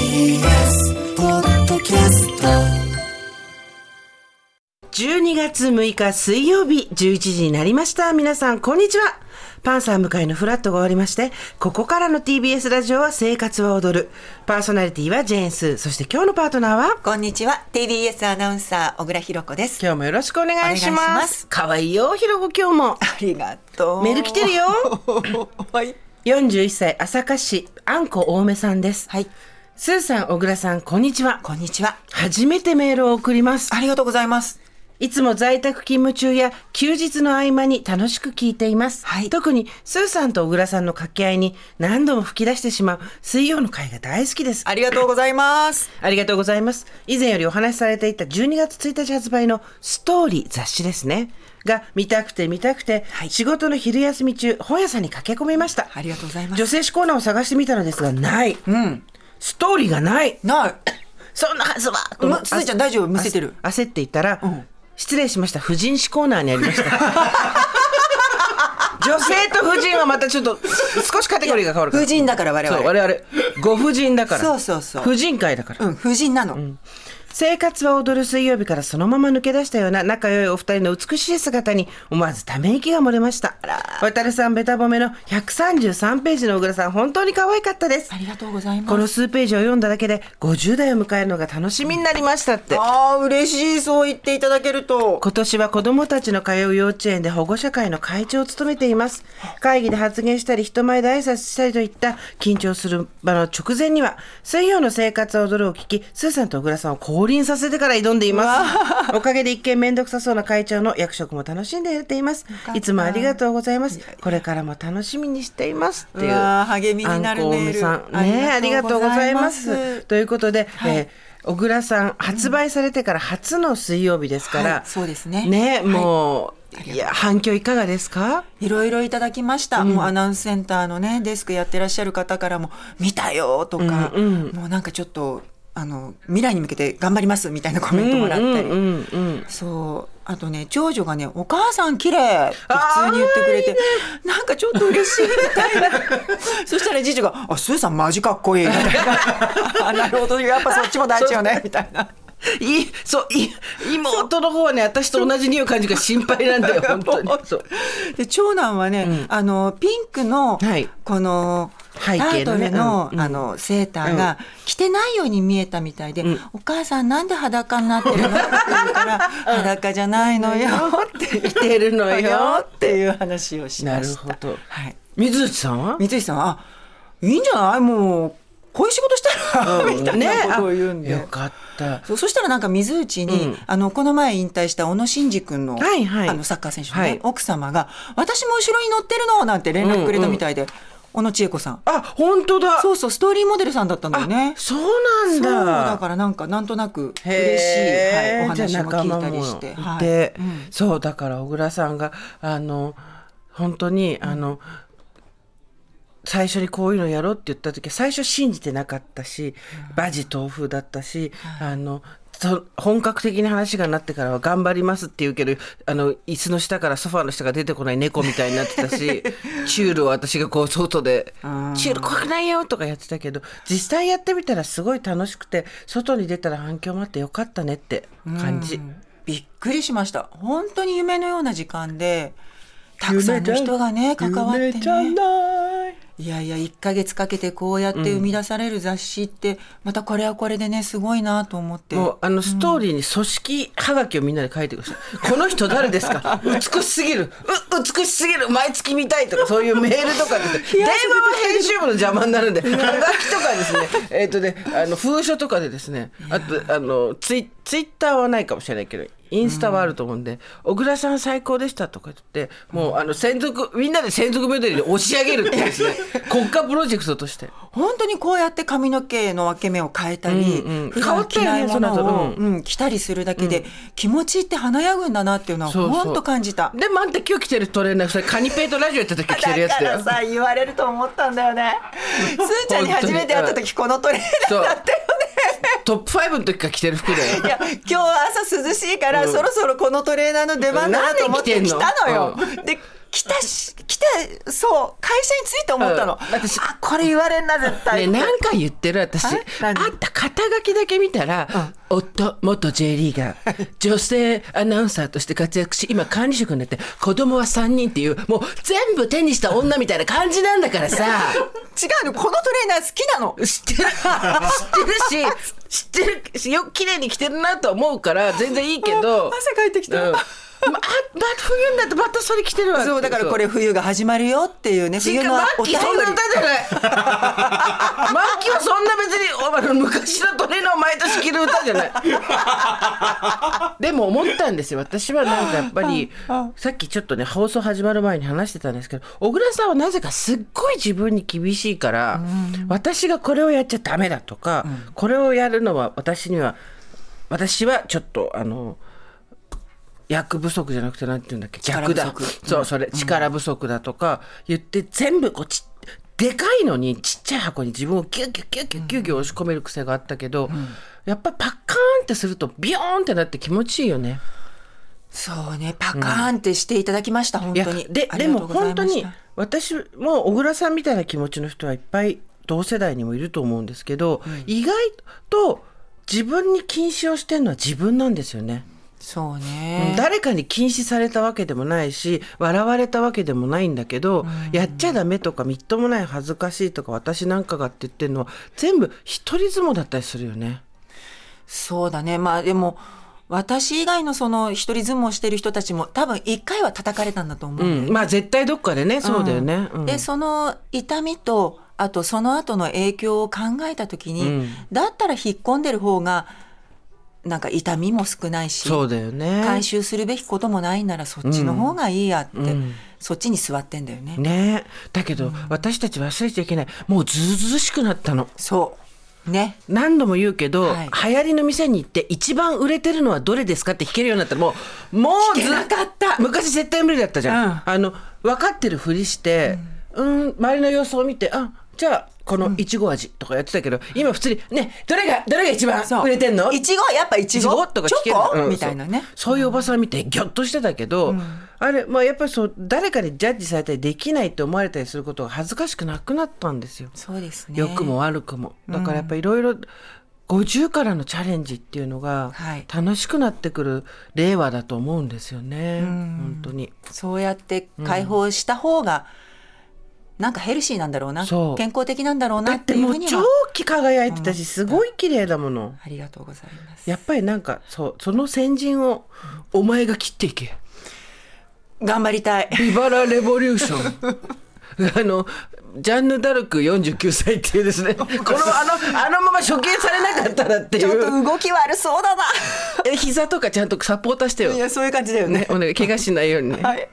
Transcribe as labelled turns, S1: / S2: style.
S1: TBS ポッドキャスト
S2: 12月6日水曜日11時になりました。皆さん、こんにちは。パンサー向かいのフラットが終わりまして、ここからの TBS ラジオは生活は踊る。パーソナリティはジェーンスー。そして今日のパートナーは
S3: こんにちは TBS アナウンサー小倉弘子です
S2: 今日もよろしくお願いし
S3: お願い
S2: ま
S3: しますす。
S2: かわいいよ、ひろこ今日も。
S3: ありがとう
S2: メール来てるよ
S3: はい
S2: 41歳、朝霞市、あんこ多めさんです。
S3: はい
S2: スーさん、小倉さん、こんにちは。
S3: こんにちは
S2: 初めてメールを送ります。
S3: ありがとうございます
S2: いつも在宅勤務中や休日の合間に楽しく聞いています。
S3: はい
S2: 特にスーさんと小倉さんの掛け合いに何度も吹き出してしまう水曜の会が大好きです。
S3: ありがとうございます
S2: ありがとうございます。以前よりお話しされていた12月1日発売のストーリー雑誌ですね。が見たくて見たくて、
S3: はい
S2: 仕事の昼休み中、本屋さんに駆け込みました。
S3: ありがとうございます
S2: 女性誌コーナーを探してみたのですが、ない。
S3: うん
S2: ストーリーがない。
S3: ない
S2: そんなはずは
S3: うわすずちゃん大丈夫むせてる
S2: あ焦っていたら、
S3: うん
S2: 失礼しました婦人誌コーナーにありまし た女性と婦人はまたちょっと少しカテゴリーが変わるから
S3: 婦人だから我
S2: そう
S3: 々
S2: 我々ご婦人だから
S3: そうそうそう
S2: 婦人会だから、
S3: うん婦人なの、
S2: 生活は踊る水曜日からそのまま抜け出したような仲良いお二人の美しい姿に思わずため息が漏れました渡るさんべた褒めの133ページの小倉さん本当に可愛かったです
S3: ありがとうございます
S2: この数ページを読んだだけで50代を迎えるのが楽しみになりましたって
S3: ああ嬉しいそう言っていただけると
S2: 今年は子どもたちの通う幼稚園で保護者会の会長を務めています会議で発言したり人前で挨拶したりといった緊張する場の直前には水曜の生活を踊るを聞きスーさんと小倉さんを降臨させてから挑んでい ますおかげで一見面倒くさそうな会長の役職も楽しんでやっています
S3: かった
S2: いつもありがとうございますこれからも楽しみにしていますっていう
S3: うわー励みになるメール
S2: あんこおめさんねあ
S3: あ
S2: り
S3: り
S2: がと
S3: がと
S2: う
S3: う
S2: ご
S3: ご
S2: ざ
S3: ざ
S2: い
S3: い
S2: ま
S3: ますす
S2: ということで、
S3: はい
S2: えー小倉さん発売されてから初の水曜日ですから、
S3: はいそうですねはい
S2: もう、
S3: あり
S2: い、
S3: がとうございます
S2: や反響いかがですか
S3: いろいろいただきました、もうアナウンスセンターのねデスクやってらっしゃる方からも「見たよ」とか、
S2: うん
S3: もうなんかちょっとあの未来に向けて頑張りますみたいなコメントもらったり、
S2: うんうんうん
S3: そうあとね長女がね「お母さん綺麗って普通に言ってくれてなんかちょっと嬉しいみたいな そしたら次女が「あスーさんマジかっ こいい」みたいなあ「なるほどやっぱそっちも大事よね」みたいな。
S2: いそうい妹の方はね私と同じ匂い感じが心配なん だよ本当にそう
S3: で長男はね、あのピンクの、
S2: はい
S3: このタ
S2: 背景
S3: ー
S2: の
S3: ト
S2: ね
S3: ルの,、
S2: うんうん
S3: あのセーターが着てないように見えたみたいで「お母さんなんで裸になってるの?」って言うから「裸じゃないのよ」って
S2: 来てるの
S3: 言う
S2: よ
S3: よっていう話をし
S2: な
S3: ま
S2: る
S3: した。
S2: ほど
S3: はい、
S2: 水内さんは
S3: 三井さんはあいいんじゃないもうこういう仕事したら、みたいなことを言うんで。
S2: ねあよかった
S3: そうそしたらなんか水内
S2: う
S3: に、
S2: ん
S3: あのこの前引退した小野伸二君の,、
S2: はいはい
S3: あのサッカー選手の、ね
S2: はい
S3: 奥様が「私も後ろに乗ってるの」なんて連絡くれたみたいで、小野千恵子さん
S2: あ本当だ
S3: そうそうストーリーモデルさんだったんだよね
S2: あ。そうなん
S3: そう
S2: だ
S3: だからなんかなんとなく嬉しい、
S2: へ
S3: はい、
S2: ー
S3: お
S2: じゃ
S3: 話
S2: あ
S3: も
S2: 仲
S3: 聞
S2: 間
S3: いたりして。
S2: も
S3: はい
S2: で
S3: うん
S2: そうだから小倉さんがあの本当にあの、最初にこういうのやろうって言った時は最初信じてなかったし、バジ豆腐だったし、あのそ本格的な話がなってからは頑張りますって言うけどあの椅子の下からソファーの下が出てこない猫みたいになってた しチュールを私がこう外で
S3: あ
S2: 「
S3: ー
S2: チュール怖くないよ」とかやってたけど実際やってみたらすごい楽しくて外に出たら反響もあってよかったねって感じ。
S3: うんびっくりしました本当に夢のような時間でたくさんの人がね関わってね
S2: 夢じゃない
S3: いやいや1ヶ月かけてこうやって生み出される雑誌って、またこれはこれでねすごいなと思って
S2: もうあのストーリーに組織はがきをみんなで書いてください、この人誰です か美しすぎるう美しすぎる毎月見たいとかそういうメールとかです 電話は編集部の邪魔になるん ではがきとかですねえっとねあの封書とかでですねあとあのツイツイッターはないかもしれないけどインスタはあると思うんで「小倉さん最高でした」とか言ってもうあの専属みんなで専属メドレーで押し上げるっていう ですね国家プロジェクトとして。
S3: 本当にこうやって髪の毛の分け目を変えたり、
S2: うんうん
S3: 普段着ないも
S2: 変わったよねそ
S3: のを、
S2: の後う
S3: うん着たりするだけで、気持ちって華やぐんだなっていうのは
S2: そうそう
S3: 本当感じた。
S2: でもあんた今日着てるトレーナーそれカニペイとラジオやった時着てるやつ だよ
S3: さ言われると思ったんだ よね。すーちゃんに初めて会った時このトレーナーだったよ
S2: トップ5の時から着てる服だよ
S3: いや今日は朝涼しいか
S2: う
S3: ら、
S2: ん
S3: そろそろこのトレーナーの出番だなと思って
S2: 何
S3: 来
S2: 着てんの
S3: たのよ。で来たし、来て、そう、会社に着いて思ったの。
S2: うん私
S3: あ、これ言われんな、絶対。
S2: ね、 何回言ってる私あ
S3: え何
S2: んた肩書きだけ見たら、夫元 J リー ガー女性アナウンサーとして活躍し今管理職になって子供は3人っていうもう全部手にした女みたいな感じなんだからさ
S3: 違うの、このトレーナー好きなの。
S2: 知ってる知ってるし知ってるしよく綺麗に着てるなとは思うから全然いいけど
S3: あ汗かいてきた
S2: うんまあまた冬になってまたそれ着てるわ
S3: そう、だからこれ冬が始まるよっていうね、
S2: 違
S3: 冬
S2: う
S3: の
S2: マ
S3: お
S2: ッキ
S3: 便
S2: ーそんな
S3: り。
S2: 歌じ ゃないマッキーはそんな別にお前の昔のトレーナーを毎年着る歌じゃないでも思ったんですよ私はなんかやっぱりさっきちょっとね放送始まる前に話してたんですけど小倉さんはなぜかすっごい自分に厳しいから、私がこれをやっちゃダメだとか、これをやるのは私には私はちょっとあの。役不足じゃなくてなんて言うんだっけ逆だ
S3: 力不足
S2: そうそれ力不足だとか言って全部こうちでかいのにちっちゃい箱に自分をギュッギュッギュッギュッギュッギュッ押し込める癖があったけど、やっぱパッカーンってするとビヨーンってなって気持ちいいよね。
S3: そうね、パカーンってしていただきました、本
S2: いや
S3: 当に。
S2: で
S3: あ
S2: で
S3: りが
S2: も
S3: とうござ
S2: 本
S3: いま
S2: 当
S3: し
S2: に
S3: た
S2: 私も小倉さんみたいな気持ちの人はいっぱい同世代にもいると思うんですけど、意外と自分に禁止をしてるのは自分なんですよね。
S3: そうね。
S2: 誰かに禁止されたわけでもないし笑われたわけでもないんだけど、やっちゃダメとかみっともない恥ずかしいとか私なんかがって言ってるのは全部一人相撲だったりするよね。
S3: そうだね。まあでも、私以外のその一人相撲してる人たちも多分一回は叩かれたんだと思う。
S2: うん、まあ絶対どっかでねそうだよね。うん
S3: で、その痛みと、あとその後の影響を考えたときに、
S2: うん
S3: だったら引っ込んでる方が、なんか痛みも少ないし、
S2: そうだよね。
S3: 回収するべきこともないならそっちの方がいいやって、
S2: ん
S3: そっちに座ってんだよね。
S2: ねだけど、私たち忘れちゃいけないもうずうずうしくなったの。
S3: そう。ね。
S2: 何度も言うけど、
S3: はい
S2: 流行りの店に行って一番売れてるのはどれですかって聞けるようになったらもうもうず
S3: 聞けなかった
S2: 昔絶対無理だったじゃん、
S3: うん
S2: あの分かってるふりして、うん、周りの様子を見てあじゃあこのいちご味とかやってたけど、今普通に「ねどれがどれが一番
S3: そう
S2: 売れてんの?」
S3: いちごやっぱいち
S2: いちご
S3: ご
S2: とか
S3: チ
S2: 聞け
S3: ョ
S2: る
S3: コ、
S2: うん
S3: みたいなね。
S2: そうそういうおばさん見てギョッとしてたけど、あれまあやっぱりそう誰かにジャッジされたりできないって思われたりすることが恥ずかしくなくなったんですよ。
S3: そうですね。
S2: 良くも悪くもだからやっぱいろいろ50からのチャレンジっていうのが
S3: はい
S2: 楽しくなってくる令和だと思うんですよね、本当に
S3: そうやって解放した方が、なんかヘルシーなんだろうな
S2: そう
S3: 健康的なんだろう
S2: だ
S3: な
S2: っ
S3: って
S2: て
S3: いう
S2: も
S3: ふう
S2: う
S3: に
S2: 超
S3: は
S2: 期輝いてたしすごい綺麗だもの
S3: ありがとうございます
S2: やっぱりなんかそうその先陣をお前が切っていけ
S3: 頑張りたい
S2: ビバラレボリューション あのジャンヌ・ダルク49歳っていう ですねこのあのあのまま処刑されなかったらって
S3: ちょっ
S2: い
S3: と
S2: う
S3: 動き悪そうだな
S2: え膝とかちゃんとサポーターしてよ
S3: いやそういう感じだよね
S2: ねお願い怪我しないようにね
S3: はい